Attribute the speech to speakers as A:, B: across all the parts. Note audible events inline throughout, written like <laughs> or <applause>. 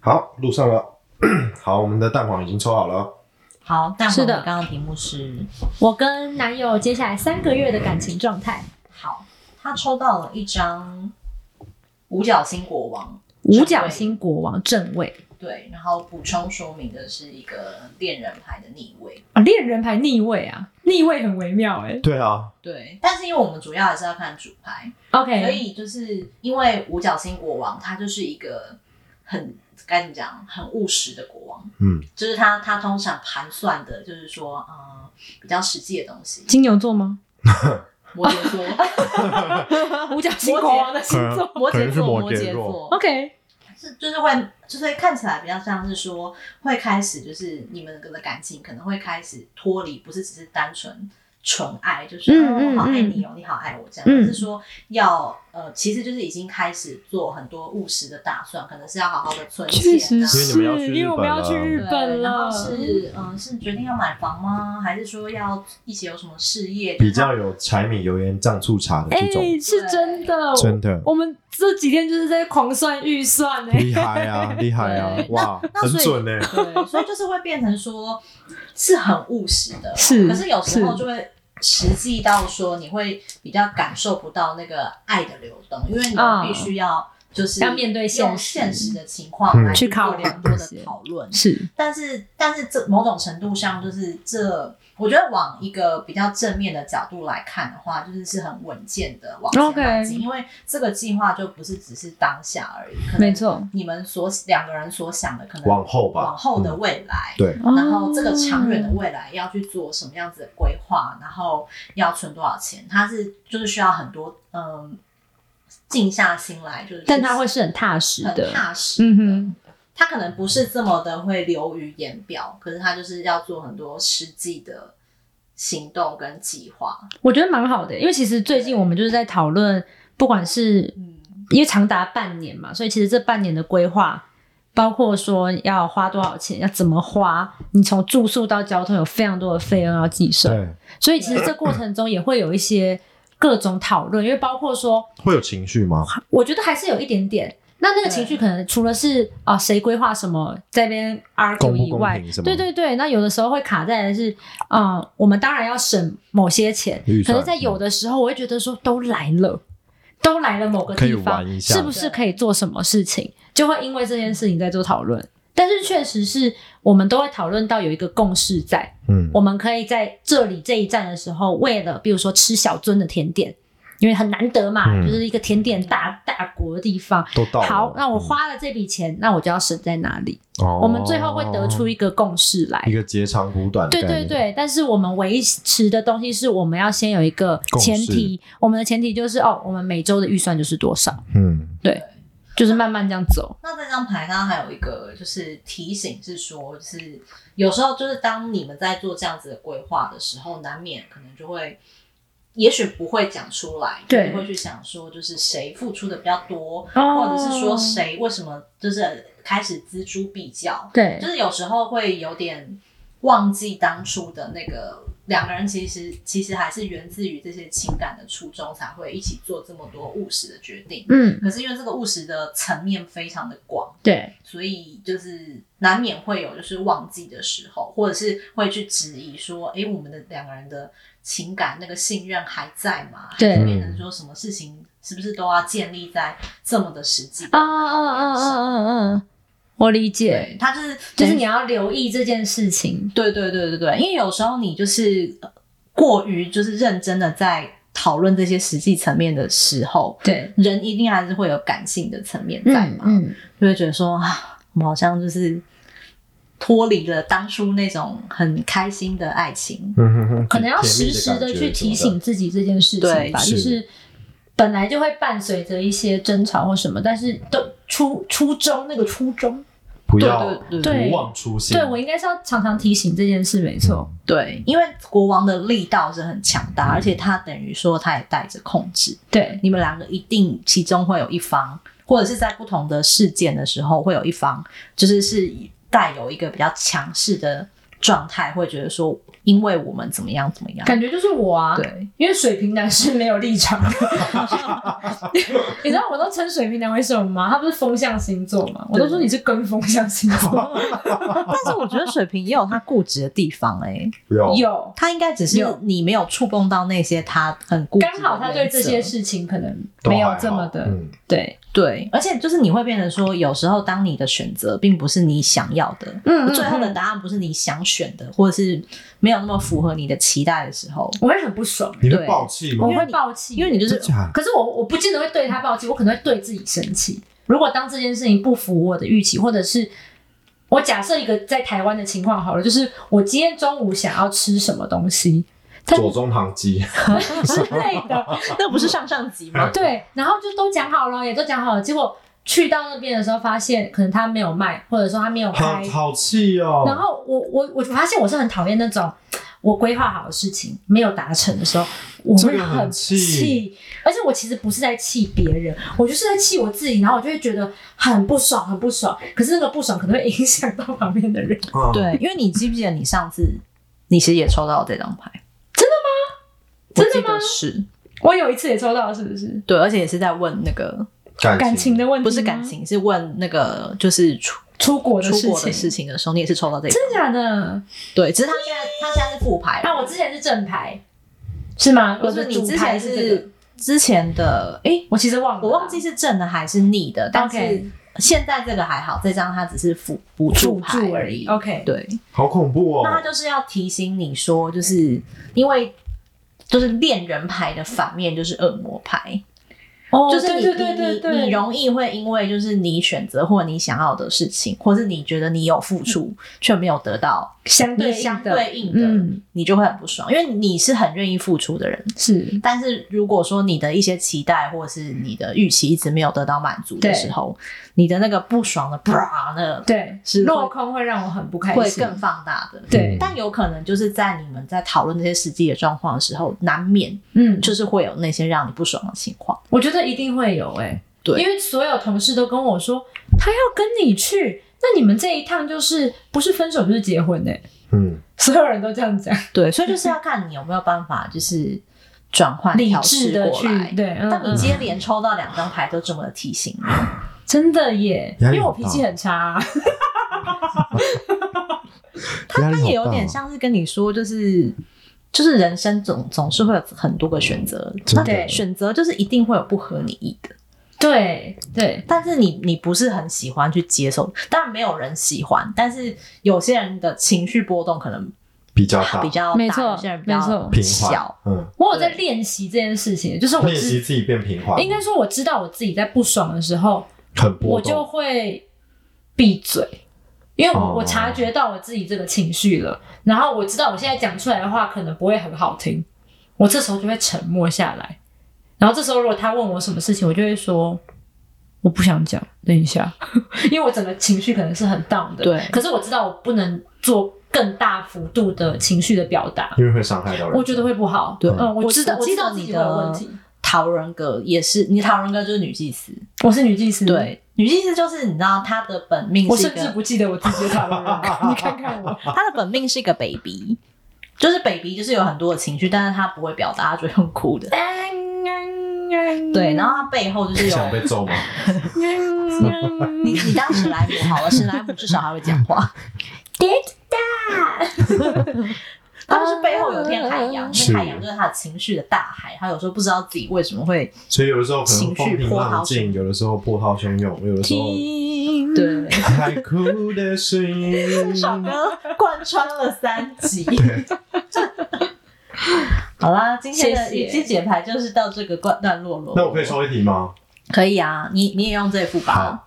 A: 好，录上了。 <clears throat> 好，我们的蛋黄已经抽好了。
B: 好，蛋
C: 是
B: 黄，
C: 的
B: 刚刚的题目是
C: 我跟男友接下来三个月的感情状态，
B: 好，他抽到了一张五角星国王，
C: 五角星国王正位
B: 对，然后补充说明的是一个恋人牌的逆位，
C: 啊，恋人牌逆位啊，逆位很微妙哎、
A: 对啊，
B: 对，但是因为我们主要还是要看主牌，
C: OK，
B: 所以就是因为五角星国王，他就是一个很该怎么讲，很务实的国王，
A: 嗯，
B: 就是他他通常盘算的，就是说，呃，比较实际的东
C: <laughs>
B: 西。
C: 金牛座吗？
B: 摩羯座，
C: 五角星国王的星座。
B: 摩
A: 可
B: 羯
A: 能是
B: 座，
A: 摩
B: <laughs> 摩
A: 羯
B: 羯
A: 座
B: 座，
C: OK，
B: 是就是会就是会看起来比较像是说，会开始就是你们的感情可能会开始脱离，不是只是单纯。纯爱就是、
C: 嗯
B: 哦，我好爱
C: 嗯
B: 你哦，你好爱我这样，
C: 嗯
B: 就是说要呃，其实就是已经开始做很多务实的打算，可能是要好好的存钱、啊，
C: 确实
A: 因为你
C: 是
A: 们要去，
C: 因为我们要去
A: 日啊
C: 日本
B: 对，然
C: 了
B: 后。是嗯，是决定要买房吗？还是说要一起有什么事业？
A: 比较有柴米油盐酱醋茶的
C: 哎
A: 这种，，
C: 是真的，
A: 真的
C: 我们这几天就是在狂算预算哎。
A: 厉害
C: <laughs>
A: 啊，厉害啊
B: 对，
A: 哇，
B: 那
A: 很
B: 所以
A: 准呢。
B: 对，所以就是会变成说是很务实的，
C: 是
B: 可是有时候
C: 是
B: 就会实际到说你会比较感受不到那个爱的流动，因为你
C: 啊
B: 们必须要就是
C: 要面对现
B: 用
C: 实
B: 现实的情况来
A: 嗯
C: 去
B: 做
C: 考量
B: 很多
C: 这
B: 的
C: 些
B: 讨论，
C: 是
B: 但是，但是这某种程度上，就是这，我觉得往一个比较正面的角度来看的话，就是是很稳健的往前迈进
C: OK
B: 因为这个计划就不是只是当下而已，可能
C: 没错。
B: 你们所两个人所想的，可能
A: 往后吧，
B: 往后的
A: 嗯
B: 未来，
A: 对，
B: 然后这个长远的
C: 哦
B: 未来要去做什么样子的规划，然后要存多少钱，它是就是需要很多嗯，静下心来，就是
C: 但它会是很踏实
B: 很
C: 的。
B: 踏实的，
C: 嗯哼，
B: 他可能不是这么的会流于言表，可是他就是要做很多实际的行动跟计划。
C: 我觉得蛮好的，因为其实最近我们就是在讨论，不管是
B: 嗯，
C: 因为长达半年嘛，所以其实这半年的规划，包括说要花多少钱，要怎么花，你从住宿到交通有非常多的费用要计算，
A: 对，
C: 所以其实这过程中也会有一些各种讨论，因为包括说
A: 会有情绪吗？
C: 我觉得还是有一点点。那那个情绪可能除了是啊谁规划什么在那边 argue
A: 公不
C: 以
A: 公
C: 外
A: 平什，么
C: 对对对，那有的时候会卡在的是，啊、我们当然要省某些钱
A: 预，
C: 可
A: 算
C: 是，在有的时候我会觉得说都来了，都来了某个
A: 可以
C: 地方
A: 玩一，下
C: 是不是可以做什么事情，就会因为这件事情在做讨论。但是确实是我们都会讨论到有一个共识在，
A: 嗯，
C: 我们可以在这里这一站的时候，为了比如说吃小樽的甜点，因为很难得嘛，
A: 嗯
C: 就是一个甜点大大国的地方。
A: 都到了
C: 好，那我，花了这笔钱，那我就要省在哪里？
A: 嗯哦
C: 我们最后会得出一个共识来
A: 一。个截长补短，
C: 对对，对，但是我们维持的东西是我们要先有一个
A: 共识
C: 前提，我们的前提就是哦，我们每周的预算就是多少，
A: 嗯，
C: 就是慢慢这样走。
B: 那这张牌它还有一个就是提醒是说，就是有时候就是当你们在做这样子的规划的时候，难免可能就会。也许不会讲出来，
C: 对
B: 你会去想说，就是谁付出的比较多，或
C: 哦
B: 者是说谁为什么就是开始锱铢必较，
C: 对
B: 就是有时候会有点忘记当初的那个两个人，其实其实还是源自于这些情感的初衷，才会一起做这么多务实的决定。
C: 嗯，
B: 可是因为这个务实的层面非常的广，
C: 对，
B: 所以就是难免会有就是忘记的时候，或者是会去质疑说，诶，我们的两个人的情感那个信任还在吗？
C: 对
B: 还是变成说什么事情是不是都要建立在这么的实际
C: 啊啊啊啊啊啊！我理解，
B: 对，他就是
C: 就是你要留意这件事情。
B: 对对对对对，因为有时候你就是呃过于就是认真的在讨论这些实际层面的时候，
C: 对，
B: 人一定还是会有感性的层面在嘛，
C: 嗯，
B: 就会觉得说啊，我们好像就是脱离了当初那种很开心的爱情。
A: 嗯哼哼，
C: 可能要
A: 甜
C: 时
A: 蜜
C: 时
A: 的
C: 的
A: 感觉
C: 去提醒自己这件事情
B: 对
C: 吧，
A: 是
C: 就是本来就会伴随着一些争吵或什么，但是都初初衷那个初衷，
A: 不
B: 对
A: 要
B: 对对
C: 对
A: 不忘初心，
C: 对我应该是要嗯常常提醒这件事，没错。
B: 对，因为国王的力道是很强大，而且他等于说他也带着控制，
C: 对，
B: 你们两个一定其中会有一方，或者是在不同的事件的时候，会有一方就是是带有一个比较强势的状态，会觉得说，因为我们怎么样怎么样。
C: 感觉就是我啊，
B: 对，
C: 因为水瓶男是没有立场 <laughs> 的。你知道我都称水瓶男为什么吗？他不是风象星座吗？我都说你是跟风象星 <laughs> 座。
B: 但是我觉得水瓶也有他固执的地方哎、
A: 有
C: 有，
B: 他应该只是
C: 有
B: 你没有触碰到那些他很固执的
C: 刚好他对这些
B: 原则
C: 事情可能
A: 都
C: 没有
A: 还好
C: 这么的、
A: 嗯，
C: 对，
B: 对，而且就是你会变成说，有时候当你的选择并不是你想要的，
C: 嗯
B: 最后的答案不是你想选的，或者是没有那么符合你的期待的时候，
C: 我会很不爽，
A: 你会
B: 对
A: 爆气吗
C: 我？
B: 因为
C: 会
B: 你
C: 暴气，
B: 因为你就是
A: 真假
C: 可是我我不见得会对他暴气，我可能会对自己生气。如果当这件事情不符我的预期，或者是我假设一个在台湾的情况好了，就是我今天中午想要吃什么东西 <laughs>
A: 左宗棠鸡，
C: 之类的，
B: <laughs> 那不是上上级吗？
C: 对，然后就都讲好了，也都讲好了，结果去到那边的时候，发现可能他没有卖，或者说他没有
A: 好
C: 开，
A: 好气哦。
C: 然后我我我发现我是很讨厌那种我规划好的事情没有达成的时候，我
A: 这
C: 会
A: 个很气
C: 气，而且我其实不是在气别人，我就是在气我自己，然后我就会觉得很不爽，很不爽。可是那个不爽可能会影响到旁边的人，
A: 嗯，
B: 对，因为你记不记得你上次你其实也抽到这张牌？真的吗？真的吗？是
C: 我有一次也抽到，是不是？
B: 对，而且也是在问那个，
A: 感
C: 感情的问题
B: 不是
C: 吗
B: 感，情，是问那个就是出
C: 出国嗯的
B: 出
C: 事
B: 国的
C: 情，
B: 事情的时候，你也是抽到这个，
C: 真的假的？
B: 对，只是他现在他现在是副牌，
C: 那我之前是正牌，是吗？
B: 不
C: 我
B: 是
C: 的
B: 你
C: 主
B: 之
C: 牌
B: 前
C: 是这个
B: 是之前的，诶，
C: 我其实忘了，
B: 我忘记。是正的还是逆的，但是
C: OK
B: 现在这个还好，这张它只是辅辅助
C: 助
B: 牌
C: 助
B: 而
C: 而
B: 已。
C: 已，OK，
B: 对，
A: 好恐怖
B: 那它
A: 哦。
B: 就是要提醒你说，就是因为就是恋人牌的反面就是恶魔牌，
C: 哦
B: 就是你
C: 对对对对
B: 你
C: 对，
B: 你你容易会因为就是你选择或你想要的事情，或是你觉得你有付出却没有得到
C: 相对
B: 你
C: 应
B: 相
C: 的
B: 对应的，
C: 嗯
B: 你就会很不爽，因为你是很愿意付出的人，
C: 是
B: 但是如果说你的一些期待或是你的预期一直没有得到满足的时候，你的那个不爽的 bra 呢，
C: 对，
B: 是会
C: 落空会让我很不开心，
B: 会更放大的。
C: 对，
B: 但有可能就是在你们在讨论这些实际的状况的时候，难免
C: 嗯，
B: 就是会有那些让你不爽的情况。
C: 我觉得一定会有哎、
B: 对
C: 因为所有同事都跟我说他要跟你去，那你们这一趟就是不是分手就是结婚哎、
A: 嗯，
C: <laughs> 所有人都这样讲，
B: <laughs> 对，所以就是要看你有没有办法，就是转换
C: <laughs> 理
B: 调
C: 智
B: 试
C: 的
B: 过
C: 去
B: 来。
C: 对，嗯
B: 但你
C: 嗯
B: 今天连抽到两张牌都这么的提醒你，
C: 真的耶，因
A: 压力
C: 为我
A: 很
C: 脾
A: 大
C: 气很差 <laughs> 啊、
A: 压力
B: 那
A: 好
B: 也有
A: 大
B: 点
A: 哦，
B: 像是跟你说，就是就是人生总总是会有很多个选择，
A: 真
B: 那
A: 的
C: 对
B: 选择就是一定会有不合你意的，
C: 对对，
B: 但是你你不是很喜欢去接受，当然没有人喜欢，但是有些人的情绪波动可能
A: 比较大，
B: 比较大，
C: 没错
B: 有些人比
C: 没错
B: 较
A: 平缓
B: 小，，
A: 嗯，
C: 我有在练习这件事情，就是我
A: 练习
C: 知
A: 自己变平缓，
C: 应该说我知道我自己在不爽的时候，
A: 很波
C: 我就
A: 动，
C: 会闭嘴，因为我、
A: 哦
C: 我察觉到我自己这个情绪了，然后我知道我现在讲出来的话可能不会很好听，我这时候就会沉默下来。然后这时候如果他问我什么事情，我就会说我不想讲，等一下， <laughs> 因为我整个情绪可能是很 down 的。
B: 对
C: 可是我知道我不能做更大幅度的情绪的表达，
A: 因为会伤害到人。
C: 我觉得会不好。
B: 对
C: 嗯，我
B: 我
C: 知道，
B: 我
C: 知
B: 记
C: 道
B: 得
C: 自己
B: 你
C: 会有问
B: 的
C: 题。
B: 陶人格也是，你陶人格就是女祭司，
C: 我是女祭
A: 嗯
C: 司，，
B: 对，女祭司就是你知道她的本命
C: 我
B: 是一
C: 甚至
B: 个
C: 不记得我自己的塔罗
A: <laughs>
C: 牌，你看看我。
B: 他的本命是一个 baby，就是 baby 就是有很多的情绪，但是他不会表达，他就用哭
A: 嗯
B: 的。对，然后他背后就是有
A: 想被
C: <laughs>
A: 揍吗？
B: 你你当史莱姆 <laughs> 好了，史莱姆至少还会讲话。他就是背后有一片海洋，那
A: 是
B: 个海洋就是他的情绪的大海，他有时候不知道自己为什么会
A: 所以有的时候可能
B: 情绪
A: 风平
B: 波
A: 浪
B: 涛
A: 静，
B: 汹
A: 有的时候波涛汹涌，有的时候
C: 听
B: 对。
A: 海哭的声音。
C: <laughs>
B: 这首歌贯穿了三集。 <laughs> 好啦，今天的
C: 谢谢
B: 雨季解牌就是到这个段段落了。
A: 那我可以抽一题吗？
B: 可以啊，你你也用这副吧。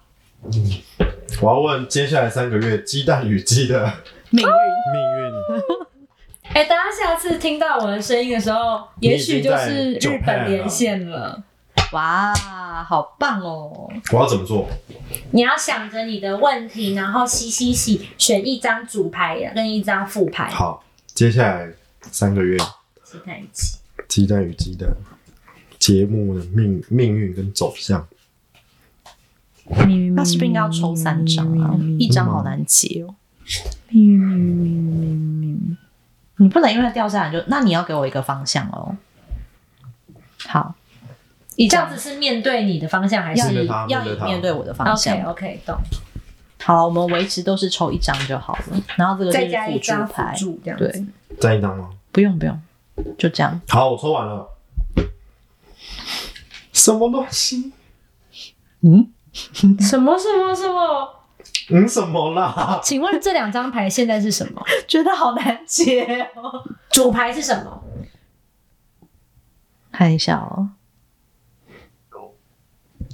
A: 我要问接下来三个月鸡蛋与鸡的
B: 命运
A: 命运。
C: 哎、大家下次听到我的声音的时候，也许就是日本连线了。
B: 哇，好棒哦！
A: 我要怎么做？
C: 你要想着你的问题，然后洗洗洗，选一张主牌跟一张副牌，
A: 好，接下来三个月
C: 集在一起。
A: 鸡蛋与鸡蛋节目的命命运跟走向。
C: 嗯
B: 那是不是应该要抽三张啊？一张好难解哦。
C: 咪咪咪咪咪咪，
B: 你不能因为掉下来就，那你要给我一个方向哦。好，
C: 你这样子是面对你的方向还
B: 要
A: 面
C: 是
A: 对
B: 以
A: 他
B: 要
A: 面对
B: 以
A: 他
B: 面对我的方向。
C: ？OK OK，懂。
B: 好了，我们维持都是抽一张就好了，然后这个
C: 再
B: 是
C: 加一
B: 辅助
C: 张辅
B: 牌，
C: 助这样子
B: 对。，
A: 再一张吗？
B: 不用不用，就这样。
A: 好，我抽完了。什么东西？
B: 嗯，
C: 什么什么什么？
A: 嗯，什么啦？
C: 请问这两张牌现在是什么？
B: <laughs> 觉得好难解哦。
C: 主牌是什么？
B: 看一下哦，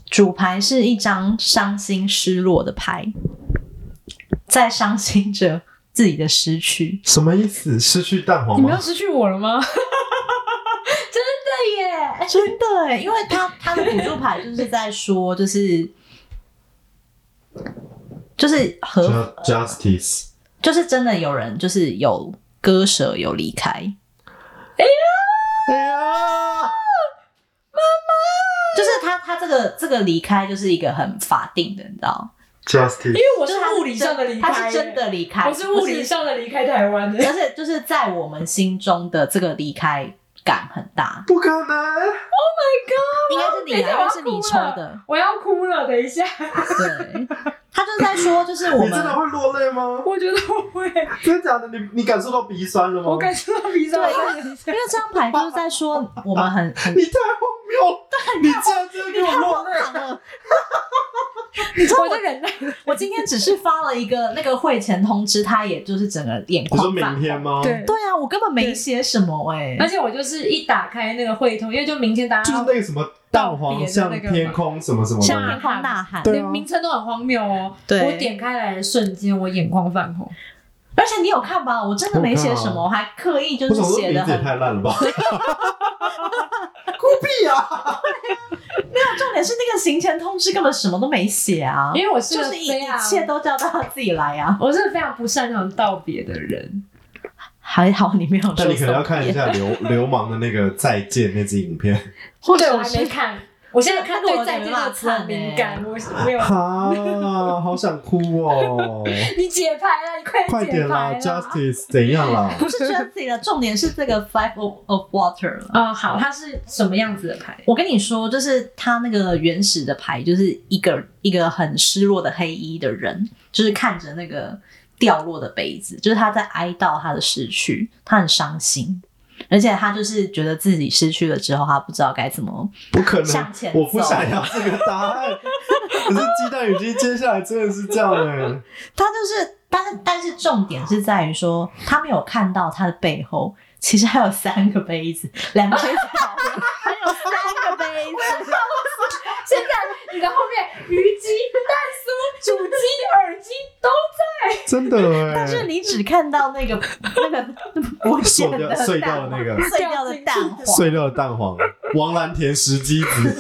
B: 主牌是一张伤心失落的牌，在伤心着自己的失去。
A: 什么意思？失去蛋黄
C: 你们要
A: 吗？
C: 失去我了吗？ <laughs> 真的耶！
B: 真的耶，因为他他的辅助牌就是在 <laughs> 说，就是就是和
A: Ju- Justice，
B: 就是真的有人就是有割舍有离开，
A: 哎呀，
B: 就是他他这个这个离开就是一个很法定的，你知道？
A: Justice，
C: 因为我
B: 就是他
C: 物理上的离开，欸
B: 他是真，的离开，
C: 我是物
B: 不
C: 理上的离开台湾的。
B: 而且就是在我们心中的这个离开感很大，
A: 不可能！
B: 应该是你
C: 等一
B: 啊，因
C: 下哦我要
B: 为是你抽的。
C: <laughs> 我要哭了，等一下，
B: 对，他就在说，就是我
A: 你真的
B: 们
A: 会落泪吗？
C: 我觉得我会，
A: 真的假的？你你感受到鼻酸了吗？
C: 我感受到鼻子
B: 对
C: 好像
B: 因为这张牌就是在说我们很
A: <laughs>
B: 很
A: 你太荒谬了！你这样真的给我落泪，
C: 我在忍耐。
B: 我今天只是发了一个那个会前通知，他也就是整个眼
A: 你
B: 眶
A: 说
B: 泛
A: 明
B: 红
A: 天吗？
C: 哦对
B: 对啊，我根本没写什么哎、
C: 而且我就是一打开那个会通，因为就明天大
A: 就是
C: 家
A: 那个什么蛋黄像天空什么什么
B: 像
A: 的
B: 天，空大喊，
A: 对
C: 连
A: 啊
C: 名称都很荒谬哦。
B: 对
C: 我点开来的瞬间，我眼眶泛红。
B: 而且你有看吧？我真的没写什么，我还刻意就
A: 我
B: 是
A: 想说
B: 写
A: 名
B: 的
A: 字也
B: 很
A: 太烂了吧？酷毙啊！
B: 重点是那个行前通知根本什么都没写啊，
C: 因为我是
B: 就
C: 个
B: 是一
C: 非
B: 一
C: 常，
B: 切都叫大家自己来啊。
C: 我是非常不擅长道别的人。
B: 还好你没有说
A: 但你可能要看一
B: 送
A: 下
B: 别，
A: 流流氓的那个再见那支影片。
B: 或
C: 对，
B: 者
C: 我还
B: <laughs>
C: 没
B: 是
C: 看。我现在看
B: 那个
C: 对
B: 我
C: 再见
B: 没办
C: 的
B: 法
C: 词
B: 看
C: 很敏
B: 欸
C: 感，我没有。
A: 啊，好想哭哦！
C: 你解牌啊！你快
A: 快
C: 点解
A: 点啦
C: 牌啊！
A: ，Justice 怎样啦？
B: 不是 Jesse 的重点是这个 Five of, of Water 了。
C: 啊、好，它是什么样子的牌？
B: 我跟你说，就是他那个原始的牌，就是一个一个很失落的黑衣的人，就是看着那个掉落的杯子，就是他在哀悼他的失去，他很伤心，而且他就是觉得自己失去了之后，他不知道该怎么
A: 不可能
B: 向前，走
A: 我不想要这个答案。可是鸡蛋与鸡接下来真的是这样哎，
B: 他就是，但是但是重点是在于说，他没有看到他的背后，其实还有三个杯子，两个杯子倒了，还有三个杯子。
C: 现在你的后面鱼鸡、蛋酥、煮鸡、耳机都
A: 真的哎。
B: 但是你只看到那个那个不见的蛋
A: <laughs> 碎掉的那个
B: 碎掉的蛋黄，
A: 碎掉的蛋黄，王蓝田石鸡子，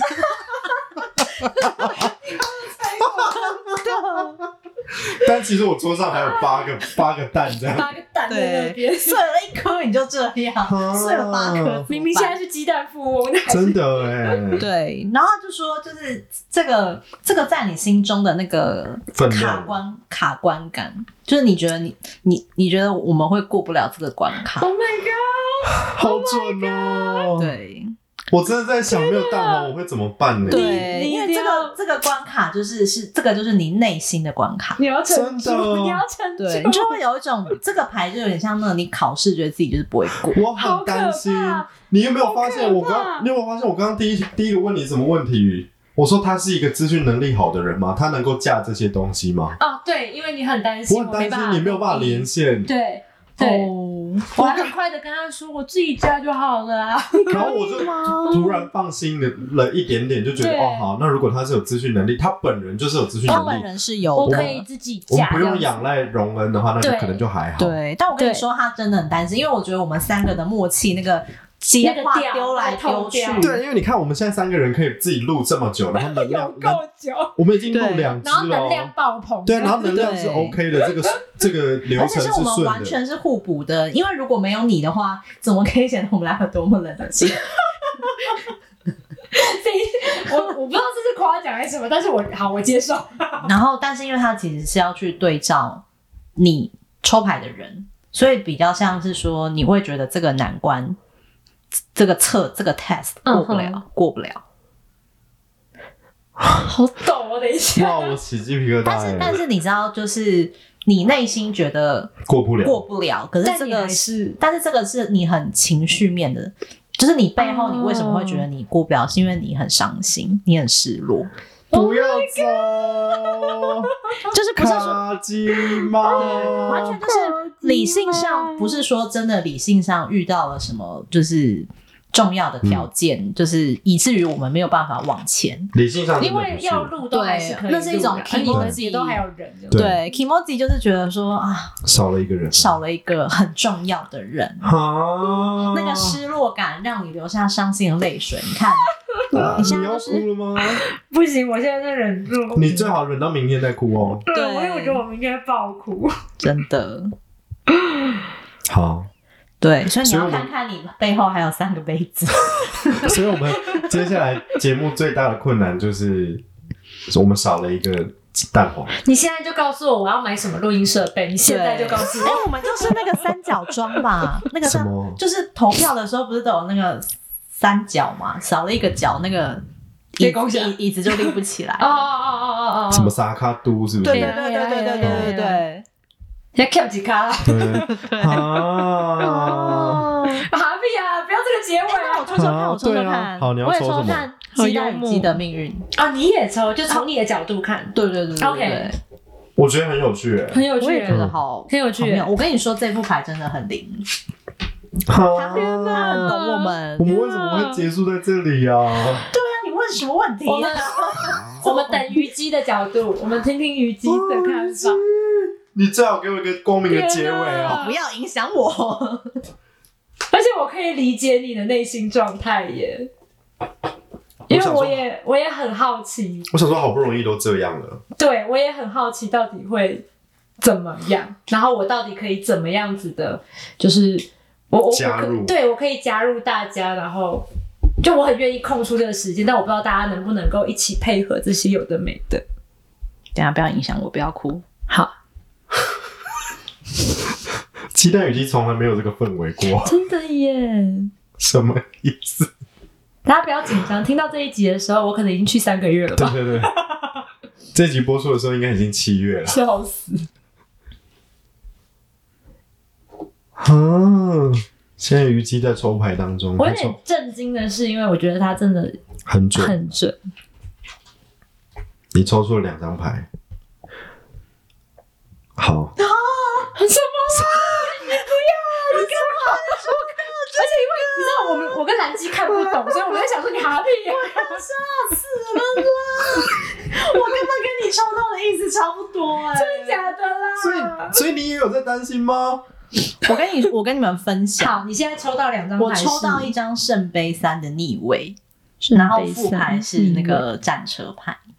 A: 但其实我桌上还有八个八个蛋这样。
C: 八个蛋在那边
B: 对，。碎了一颗你就这
A: 啊
B: 样，碎了八颗，
C: 明明现在是鸡蛋富翁，那还是
A: 真的哎，
B: 对，然后他就说，就是这个这个在你心中的那个
A: 分量
B: 卡关卡关感，就是你觉得你你你觉得我们会过不了这个关卡，
C: Oh my god！
A: 好准哦！，
B: 对
A: 我真的在想，没有蛋黄我会怎么办呢？
C: 你
B: 因
C: 一
B: 为
C: 定
B: 这
C: 要
B: 个这个关卡就是是这个就是你内心的关卡，
C: 你要撑
A: 真的
C: 住，你要撑住。
B: 对，你就会有一种这个牌就有点像那个你考试觉得自己就是不会过，
A: 我很担心
C: 好可怕。
A: 你有没有发现我
C: 好可怕
A: 刚？你有没有发现我刚刚第一第一个问你什么问题？我说他是一个资讯能力好的人吗？他能够架这些东西吗？
C: 哦，对，因为你很担心，
A: 我
C: 我
A: 很担
C: 没办法，
A: 心你没有办法连。线。
C: 对对，
B: 哦
C: 我还很快的跟他说，我自己加就好了啊。
A: 然后我就突然放心了了一点点，就觉得
C: 对
A: 哦好，那如果他是有资讯能力，他本人就是有资讯
B: 他
A: 能
B: 本
A: 力，
B: 人是有
C: 我可
B: 的。
C: 以自己
A: 我们
C: 加，
A: 不用
C: 这样
A: 仰赖容恩的话，那就
C: 对
A: 可能就还好。
B: 对，但我跟你
C: 对
B: 说，他真的很担心，因为我觉得我们三个的默契，那个接
C: 那个
B: 话
C: 调
B: 丢来丢去
C: 那，个
A: 对，因为你看我们现在三个人可以自己录这么久，然后能
C: 子 <laughs> 有
A: 量，能
C: 够久，
A: 我们已经录
B: 对
A: 两支
C: 然后
A: 了
C: 能
A: 哦
C: 量，爆棚。
A: 对，然后能量是
B: 对
A: OK 的，这
B: <laughs>
A: 个这个流
B: 而
A: 程是
B: 且是我们
A: 顺
B: 完
A: 的。
B: 全是互补的，因为如果没有你的话，怎么可以显得我们俩有多么冷静？ <laughs>
C: <laughs> 我我不知道这是夸奖还是什么，但是我好，我接受。
B: 然后，但是因为他其实是要去对照你抽牌的人，所以比较像是说，你会觉得这个难关，这个测这个 test 过不了，
C: 嗯哼
B: 过不了。
C: 好抖哦，等一下，
A: 哇，我起鸡皮疙瘩
B: 但
A: 欸
B: 是，但是你知道，就是你内心觉得
A: 过不了，
B: 过不了，可是
C: 但
B: 这
C: 你
B: 个
C: 还是
B: 但是这个是你很情绪面的，就是你背后你为什么会觉得你过不了，是因为你很伤心，你很失落，
A: 不要
B: ，Oh
A: 走，
B: 就是不是说。
A: 卡基
B: 对，完
A: 猫
B: 全，就是理性上，不是说真的理性上遇到了什么，就是重要的条件，
A: 嗯
B: 就是以至于我们没有办法往前。
A: 理性上真的
C: 因
A: 不
C: 为
A: 是
C: 要录都还是可以录的，
B: 对那是一种
C: 而你们
A: kimoji
C: 自己都还有人，
A: 对
B: ，Kimoji 就是觉得说啊，
A: 少了一个人，
B: 少了一个很重要的人，
A: 啊，
C: 哦
B: 那个失落感让你流下伤心的泪水。你看，
A: 啊，
B: 你现
A: 你
B: 在
A: 要
B: 就是
A: 哭了吗？
C: 不行，我现在在忍住，
A: 你最好忍到明天再哭哦。
C: 对，
B: 对
C: 因为我觉得我明天会爆哭。
B: 真的，
A: 好，
B: 对，所以你
A: 所以我
B: 要
A: 们
B: 看看你背后还有三个杯子。
A: 所以我们接下来节目最大的困难就是我们少了一个蛋黄。
C: 你现在就告诉我我要买什么录音设备，你现在就告诉
B: 哎、
C: 我。
B: 我们就是那个三角装
A: <laughs>
B: 吧，那个
A: 什
B: 叫
A: 么
B: 就是投票的时候不是都有那个三角嘛，少了一个角，那个椅
C: 立功
B: 子
C: 下
B: 椅椅子就立不起来
C: 哦哦
B: 了。
C: 哦哦哦哦
A: 什么
C: 哦，
A: 沙卡都是不
B: 对对
A: 是？
B: 对对对对对对对。
C: 要 cap 几卡？ <laughs>
A: 对啊，
C: 麻痹啊！不要这个结尾
B: 哎 <laughs> 那我
C: 啊！
B: 抽抽看，
A: 好
B: 我抽抽
A: 对啊
B: 看，
A: 好你要
B: 我也
A: 抽什
B: 抽
A: 么
B: 看《
D: 好
B: 鸡蛋
D: 幽
B: 与
D: 默
B: 鸡的命运》。
C: 啊，你也抽，就从你的角度看，
B: 对对对对
C: OK
B: 对
A: 我觉得很有趣欸。
C: 很有
B: 我
C: 趣
B: 也觉
C: 耶。
B: 得好
C: 很有趣
B: 好妙我跟你说，这副牌真的很灵，它很
A: 啊
B: 懂我们。
A: 我们为什么会结束在这里啊？
B: 那你问什么问题
C: 我们 <laughs> 我们等虞姬的角度，我们听听虞姬的看法。
A: 啊 <laughs> 你最好给我一个光明的结尾啊！
B: 哦不要影响我。
C: 而且我可以理解你的内心状态耶，因为
A: 想说
C: 我也我也很好奇，
A: 我想说，好不容易都这样了，
C: 对我也很好奇到底会怎么样，然后我到底可以怎么样子的，就是我我
A: 加入
C: 我可对我可以加入大家，然后就我很愿意空出这个时间，但我不知道大家能不能够一起配合这些有的没的。
B: 等一下不要影响我，不要哭。
C: 好，
A: 期待雨季从来没有这个氛围过，
C: 真的耶，
A: <laughs> 什么意思？
C: 大家不要紧张，听到这一集的时候，我可能已经去三个月了
A: 对
C: 吧，
A: 对
C: <laughs>
A: 对，这集播出的时候应该已经七月了。
C: 笑死。
A: 啊，现在虞姬在抽牌当中，
C: 我
A: 她
C: 有点
A: 抽
C: 震惊的是，因为我觉得他真的
A: 很准，
C: 很准。
A: 你抽出了两张牌。好，
C: 什么？你不要！你干嘛？ <laughs> 而且因为你知道我们 <laughs> 我跟蓝姬看不懂，所以我们在想说你哈屁呀、
B: 吓死了啦！我根本跟你抽到的意思差不多哎、
C: <laughs> 真的假的啦？
A: 所以所以你也有在担心吗？
B: 我跟你，我 <laughs> 跟你们分享，
C: 好，你现在抽到两张牌，
B: 我抽到一，张圣杯三的逆位，然后副牌是那个战车牌。嗯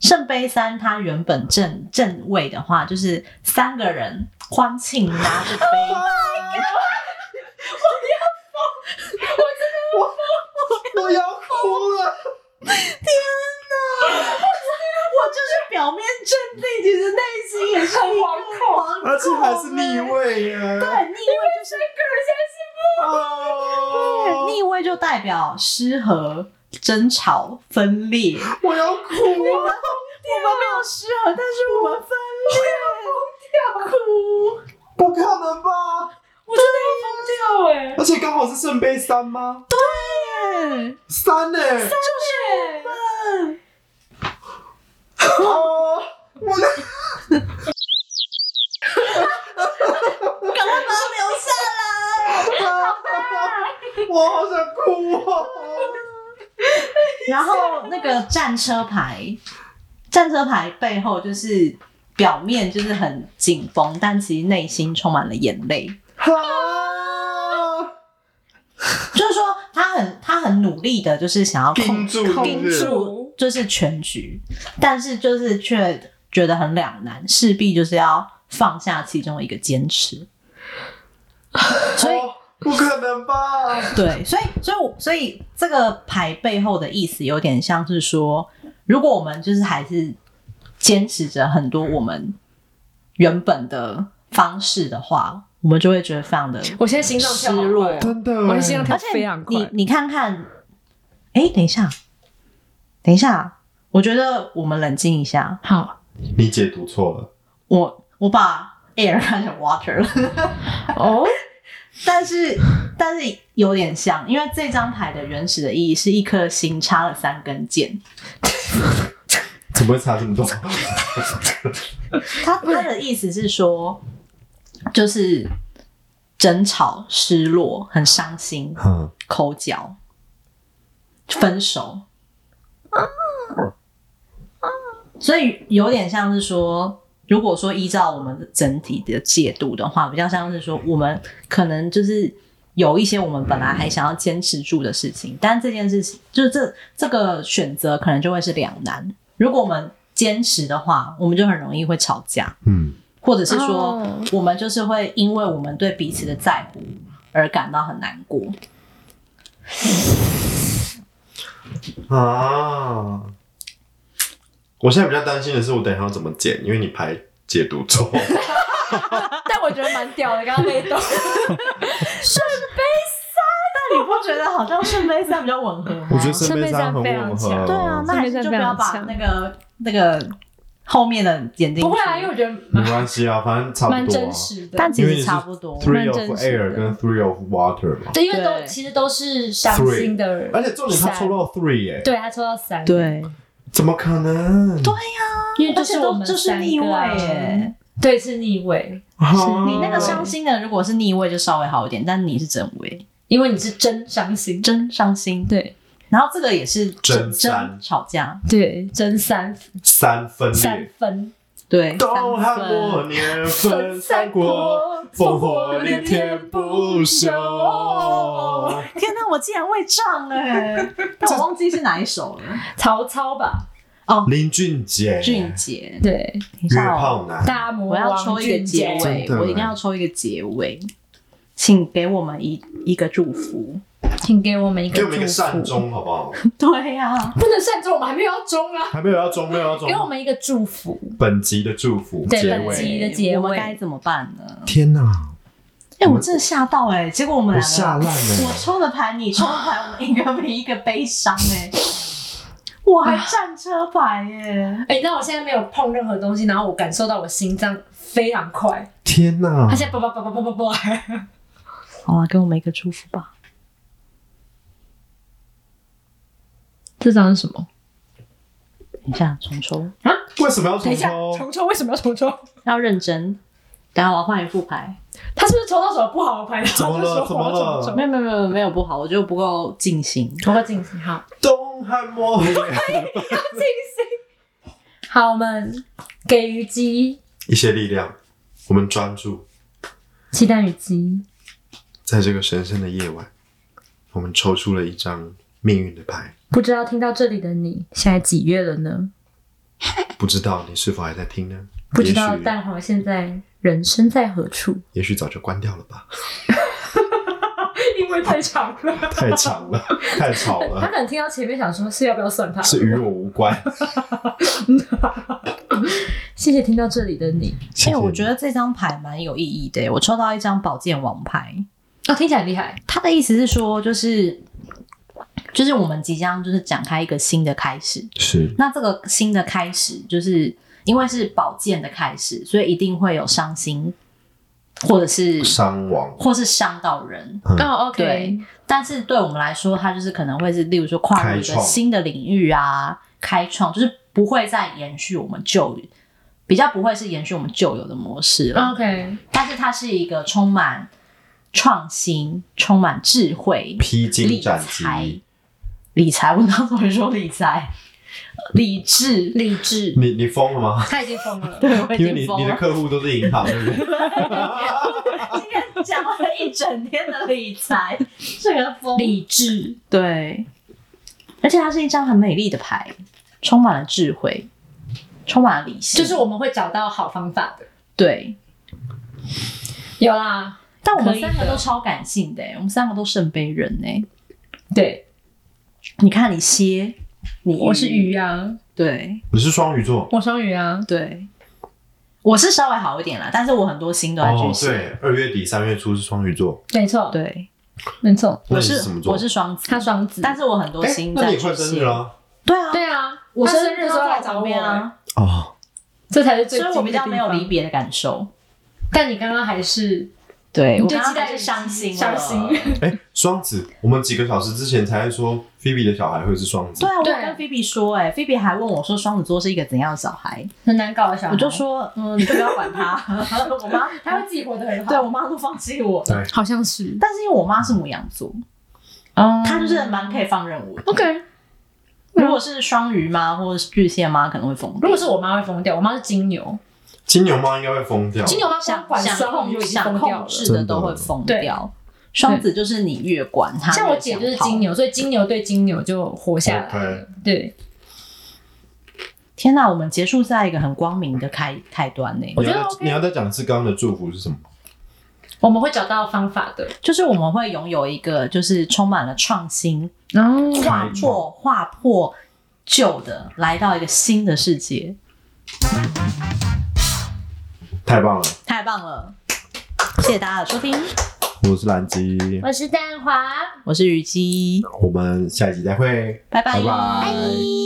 B: 圣杯三，它原本正正位的话，就是三个人欢庆拿 <laughs> 着杯，
A: 我要哭了。
B: <laughs> 我就是表面镇定，其实内心也是
C: 很惶恐。
A: 而且还是逆位耶！
B: 对逆位就是
A: 哦，
B: 逆位就代表失和、争吵、分裂。我
A: 我要哭了。
B: 们没有失和，但是我们分裂，哭。
A: 不可能吧？
C: 我真的要疯掉哎、
A: 而且刚好是圣杯三吗？
B: 嗯，
A: 三呢、
C: 对，
A: 哦，我的
B: 赶快把它留下来。
A: 我好想哭哦！
B: 然后那个战车牌，战车牌背后就是表面就是很紧绷，但其实内心充满了眼泪。
A: 啊，
B: 就是说，他很他很努力的，就是想要控
A: 盯住是不是
B: 盯住，就是全局，但是就是却觉得很两难，势必就是要放下其中一个坚持。所以
A: 哦不可能吧？
C: <laughs>
B: 对，所以所以我所以这个牌背后的意思有点像是说，如果我们就是还是坚持着很多我们原本的方式的话，我们就会觉得非常的
C: 我现在心脏跳好
B: 失落
C: 快哦
A: 真的
C: 我的心脏
A: 欸，
C: 跳
B: 而且
C: 非常快
B: 你。你看看，哎、等一下，等一下，我觉得我们冷静一下。
C: 好
A: 你解读错了。
B: 我我把 air 看成 water 了， <laughs>
C: <laughs> 哦，
B: 但是但是有点像，因为这张牌的原始的意义是一颗心插了三根箭，
A: 怎么会差这么多？
B: 它它的意思是说，就是争吵、失落、很伤心、
A: <laughs> 嗯，
B: 口角、分手，所以有点像是说，如果说依照我们的整体的解读的话，比较像是说，我们可能就是有一些我们本来还想要坚持住的事情，但这件事情就是这这个选择可能就会是两难。如果我们坚持的话，我们就很容易会吵架。
A: 嗯，
B: 或者是说
C: 哦
B: 我们就是会因为我们对彼此的在乎而感到很难过。
A: 啊，我现在比较担心的是，我等一下要怎么剪，因为你牌解读错。
C: 但我觉得蛮屌的，刚刚那一
B: 那
C: 段。
B: 你不觉得好像圣杯三比较吻合吗？
A: <laughs> 我觉得圣
C: 圣
A: 杯
C: 杯
A: 三
C: 三
A: 很
C: 非
A: 吻
C: 常
A: 合。哦
C: 强
B: 对啊，那还是就不要把
C: 圣
B: 那
C: 杯
B: 个那个后面的眼睛
C: 不会啊，因为我觉得
A: 没
C: 蛮
A: 关系啊，反正差不多、啊。
C: 蛮真实的。
B: 但其
A: 因为你
B: 实
A: 是
B: 差不多。
A: Three
C: 蛮
A: of
C: 真实
A: air
C: 的
A: 跟 three of water 嘛，
C: 对，因为都
B: 对
C: 其实都是伤心的。
A: 而且重点他抽到 three 耶、
C: 对他抽到三，，
B: 对，
A: 怎么可能？对，
C: 因为
B: 而
C: 就
B: 且
C: 是欸
B: 都
C: 我们
B: 就是逆位
C: 耶，
B: 耶。
C: 对，是逆位，
A: 啊
B: 你那个伤心的，如果是逆位就稍微好一点，但你是真位，
C: 因为你是真伤心。
B: 真伤心。
C: 对
B: 然后这个也是
A: 真三
B: 真吵架，
C: 对，真三
A: 三分
C: 三
A: 裂。
C: 分，
B: 对，
A: 东汉
B: 三分
A: 末年分三国，烽火连天不休。
B: <laughs> 天哪，我竟然会唱哎、 <laughs> 但我忘记是哪一首了。
C: 曹操吧，
A: 林俊杰，
B: <laughs> 俊杰，
C: 对，
B: 等一
A: 约
B: 下哦，
A: 炮男，
C: 大魔
B: 我要抽
C: 王
B: 一个
C: 俊
B: 结
C: 杰，
A: 真，
B: 尾
A: 的
B: 我一定要抽一个结尾，请给我们一一个祝福。
C: <laughs> 请给我们一个
A: 给我们一个
C: 祝福
A: 善终好不好？
B: <laughs> 对呀、啊，
C: 不能善终，我们还没有要终啊，
A: <laughs> 还没有要终，没有要终
C: 给。我们一个祝福。
A: 本集的祝福
C: 对
A: 结
C: 本
A: 尾
C: 集。的结尾
B: 我们该怎么办呢？
A: 天哪，
B: 哎、我真的吓到哎、结果我们
A: 我
B: 两个
A: 吓烂
B: 我
A: 了。
B: 抽的牌，你抽的牌，我们一个比一个悲
A: <laughs>
B: 伤哎、我还战车牌耶、
C: 哎、那我现在没有碰任何东西，然后我感受到我心脏非常快，
A: 天哪
C: 它，现在叭叭叭叭叭叭
B: <laughs>
C: 叭，
B: 好啊，给我们一个祝福吧。
C: 这张是什么
B: 等一下重抽，
C: 啊？
A: 为什么要
C: 等
A: 重
C: 一下，
A: 抽？
C: 重抽为什么要重抽？
B: 要认真。等一下我要换一副牌。
C: 他是不是抽到什么不好的牌？
A: 怎么了
C: 然后就说我要
A: 怎
C: 重
A: 么
C: 抽
B: 没有没有没有没有不好，我觉得不够尽兴。
C: 我要进行好，
A: 东汉末 <laughs> 年，
C: 好，我们给予鸡，
A: 一些力量，我们专注
C: 鸡蛋与鸡，
A: 在这个神圣的夜晚，我们抽出了一张命运的牌。
C: 不知道听到这里的你现在几月了呢？
A: 不知道你是否还在听呢？
C: 不知道
A: 也许
C: 蛋黄现在人生在何处？
A: 也许早就关掉了吧。
C: 因为太长了，
A: <laughs> 太长 <laughs> 了，太吵
C: 他
A: 了，
C: 可能听到前面想说是要不要算他？
A: 是与我无关。
C: 谢谢听到这里的你，
A: 谢
B: 哎、
A: 谢
B: 我
A: 你
B: 觉得这张牌蛮有意义的耶。我抽到一张宝剑王牌，
C: 哦，听起来很厉害。
B: 他的意思是说，就是就是我们即将就是展开一个新的开始。
A: 是
B: 那这个新的开始，就是因为是宝剑的开始，所以一定会有伤心，或者是
A: 伤亡，
B: 或是伤到人。
A: 嗯
C: 哦，OK、
B: 对但是对我们来说，它就是可能会是，例如说跨入一
A: 开
B: 个
A: 创
B: 新的领域啊，开创，就是不会再延续我们旧，比较不会是延续我们旧有的模式了。
C: o k
B: 嗯但是它是一个充满创新、充满智慧、
A: 披荆
B: 理
A: 斩
B: 财
A: 棘。、
B: 理财。我刚才说理财，呃理智、理智。
A: 你你疯了吗？
C: 他已经疯了。
B: 对，我已
A: 因为
B: 经
A: 你
B: 疯
A: 你的
B: 了。
A: 客户都是银行，对不对？
B: 今天讲了一整天的理
C: <laughs>
B: 财，这个疯。
C: 理智，
B: 对，而且它是一张很美丽的牌，充满了智慧，充满了理性。
C: 就是我们会找到好方法的。
B: 对，
C: 有啦，
B: 但我
C: 可
B: 们
C: 以
B: 三个
C: 的
B: 都超感性的、欸，我们三个都圣杯人呢、
C: 对，
B: 你看你蝎，你
C: 我是鱼啊，
B: 对
A: 你是双鱼座，
C: 我双鱼啊，
B: 对，我是稍微好一点啦，但是我很多心都在啊巨
A: 哦，
B: 蟹。
A: 对，二月底三月初是双鱼座，
C: 没错，
B: 对，
C: 没错，
A: 哦那
B: 我
A: 你是
B: 是
A: 什么座
B: 我是双子，
C: 他双子，
B: 但是我很多
A: 哎
B: 心
A: 那
B: 在
A: 你也
B: 巨
A: 快生日
B: 蟹。
A: 了啊
B: 对啊，
C: 对啊，我
B: 我
C: 生日的时候来
B: 在
C: 找
B: 旁
C: 我
B: 边
C: 欸，
B: 啊，
A: 哦，
C: 这才是最
B: 所以我
C: 近
B: 比
C: 的
B: 较
C: 地
B: 没有
C: 方
B: 离。别的感受。
C: 但你刚刚还是
B: 对，
C: 你
B: 我
C: 对
B: 刚刚
C: 鸡蛋
B: 还是伤心了， <laughs>
C: 伤心
A: 哎，双子，我们几个小时之前才在说菲比的小孩会是双子
B: 对，啊，我
C: 对
B: 有跟菲比说、哎，菲比还问我说双子座是一个怎样的小孩，
C: 很难搞的小孩，
B: 我就说，嗯，你就不要管
C: <laughs>
B: 他，我妈，
C: 他会自己活得很好，
B: 对我妈都放弃我了。
A: 对，
C: 好像是，
B: 但是因为我妈是母羊座，
C: 哦
B: 她就是蛮可以放任我的。
C: OK。
B: 如果是双鱼妈或者是巨蟹妈，可能会疯掉。
C: 如果是我妈会疯掉，我妈是金牛，
A: 金牛妈应该会疯掉，
C: 金牛妈光
B: 想
C: 管
B: 想
C: 双我就
B: 控
C: 已经
B: 想
C: 疯掉
B: 控
C: 了。
B: 制的都会疯掉。双子就是你越管他，
C: 像我姐就是金。牛，所以金牛对金牛就活下来了。对，
B: 天哪，我们结束在一个很光明的开开端呢、
C: 我
A: 你
C: 觉
A: 要
C: 得
A: 再
C: OK
A: 你要再讲一次刚刚的祝福是什么？
C: 我们会找到方法的。
B: 就是我们会拥有一个就是充满了创新、
C: 哦
B: 划
A: 开
B: 破
A: 创
B: 划破旧的，来到一个新的世界，
A: 太棒了，
B: 太棒了！谢谢大家的收听，
A: 我是蓝鸡，
C: 我是蛋华。
B: 我是虞姬，
A: 我们下一集再会，
B: 拜拜
A: 拜拜。